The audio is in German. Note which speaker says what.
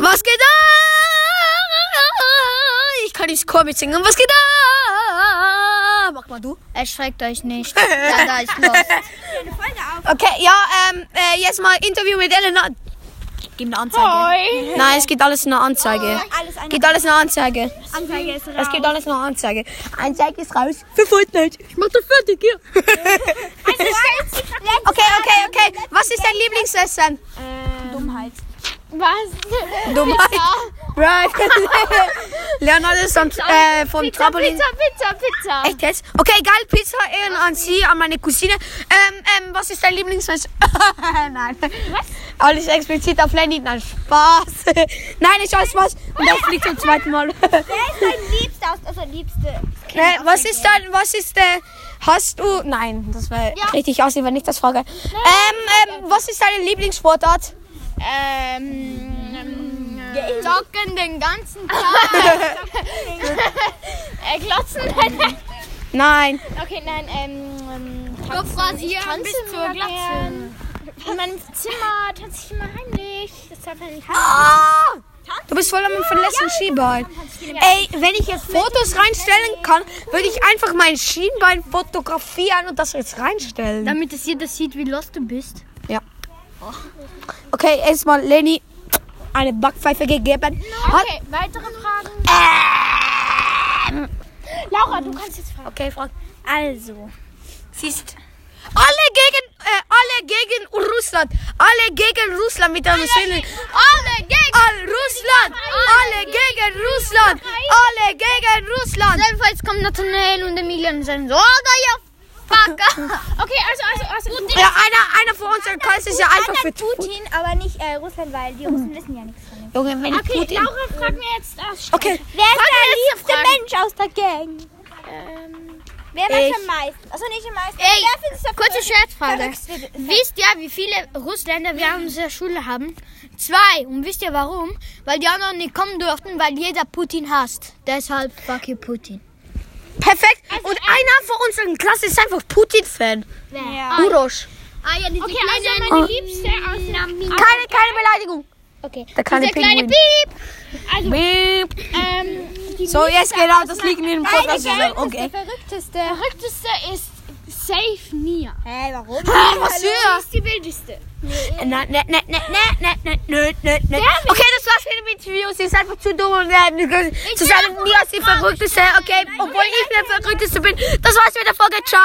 Speaker 1: Was geht ab? Ich kann nicht Chor mitsingen. Was geht ab? Mach mal du.
Speaker 2: Erschreckt euch nicht. Ja, da ist los.
Speaker 1: Okay, ja, ähm, äh, jetzt mal Interview mit Elena.
Speaker 3: Gib eine Anzeige.
Speaker 1: Nein, es geht alles in der Anzeige. Geht alles in der Anzeige.
Speaker 3: Anzeige ist
Speaker 1: Es geht alles in der Anzeige. Anzeige ist raus für Fortnite. Ich mach das fertig, hier.
Speaker 3: Also,
Speaker 1: Okay, okay, okay. Was ist dein Lieblingsessen?
Speaker 3: Dummheit.
Speaker 4: Was?
Speaker 1: Dummheit. Right. Leonardo ist am, äh, vom
Speaker 4: Pizza,
Speaker 1: Trampolin.
Speaker 4: Pizza, Pizza, Pizza.
Speaker 1: Echt jetzt? Okay, geil, Pizza, Ehren an Sie, an meine Cousine. Ähm, ähm, was ist dein Lieblingsessen? Nein. Was? Alles explizit auf Lenny. Nein, Spaß. Nein, ich weiß was. Und das fliegt zum zweiten Mal.
Speaker 2: Wer ist dein Liebster aus also Liebste?
Speaker 1: Äh, was ist dein, was ist der, hast du, nein, das war richtig aus, wenn ich das frage. Ähm, ähm, was ist deine Lieblingssportart?
Speaker 4: Ähm, ähm, zocken den ganzen Tag. äh, glotzen.
Speaker 1: Nein.
Speaker 4: Okay, nein, ähm, ähm rasieren bis zur Glatze. In meinem Zimmer tanze ich immer heimlich. Das darf man nicht haben.
Speaker 1: Du bist voll am verletzten Schienbein. Ey, wenn ich jetzt Fotos reinstellen kann, würde ich einfach mein Schienbein fotografieren und das jetzt reinstellen.
Speaker 4: Damit es jeder sieht, wie lost du bist.
Speaker 1: Okay, erstmal Lenny eine Backpfeife gegeben. Hat-
Speaker 4: Okay, weitere Fragen? Laura, du kannst jetzt fragen.
Speaker 1: Okay, Frank.
Speaker 2: Also.
Speaker 1: Siehst alle gegen äh, alle gegen Russland, alle gegen Russland mit der Szene.
Speaker 4: Alle gegen
Speaker 1: All Russland, alle gegen Russland, alle gegen Russland.
Speaker 4: Also Jedenfalls kommen Nathanael und Emilian und sagen so, oh, da ja, fucker. Okay, also, also, also.
Speaker 1: Ja, einer, einer von uns erkannt ist ja einfach für Hm.
Speaker 2: Putin, aber nicht äh, Russland, weil die Russen wissen ja nichts von ihm.
Speaker 1: Junge, wenn
Speaker 4: Okay, Laura, frag mir jetzt aus.
Speaker 1: Okay,
Speaker 2: Wer ist der
Speaker 4: letzte
Speaker 2: liebste Mensch aus der Gang? Ähm, Wer
Speaker 1: Ich.
Speaker 2: mag am meisten? Achso, nicht am meisten.
Speaker 4: Ey,
Speaker 2: Wer findest du
Speaker 4: kurze Scherzfrage.
Speaker 2: verrückt?
Speaker 4: Wisst ihr, wie viele Russländer wir an unserer Schule haben? Zwei. Und wisst ihr warum? Weil die anderen nicht kommen durften, weil jeder Putin hasst. Deshalb fuck you Putin.
Speaker 1: perfekt. Und einer von unserer Klasse ist einfach Putin-Fan.
Speaker 2: Ja.
Speaker 1: Urosch.
Speaker 4: Ah ja, diese Oh. okay, kleine
Speaker 3: Also meine Liebste aus Namibia.
Speaker 1: Keine, keine Beleidigung.
Speaker 4: Okay.
Speaker 1: Der kleine
Speaker 4: Dieser kleine
Speaker 1: Pinguin.
Speaker 4: Piep.
Speaker 1: Beep.
Speaker 3: Ähm, die
Speaker 1: So, jetzt genau, das liegt mir im Podcast. also Okay.
Speaker 2: Verrückteste.
Speaker 3: verrückteste ist Safe Nia.
Speaker 2: Hä, warum?
Speaker 1: Ah, was
Speaker 3: Das
Speaker 1: für?
Speaker 3: ist die wildeste.
Speaker 1: Na, na, na, na, na, na, na, na, na, na. Okay, das war's mit dem Interview. Sie ist einfach zu dumm und äh, zusammen mit mir ist sie verrückteste. Okay, obwohl ich der verrückteste bin. Das war's mit der Folge. Ciao.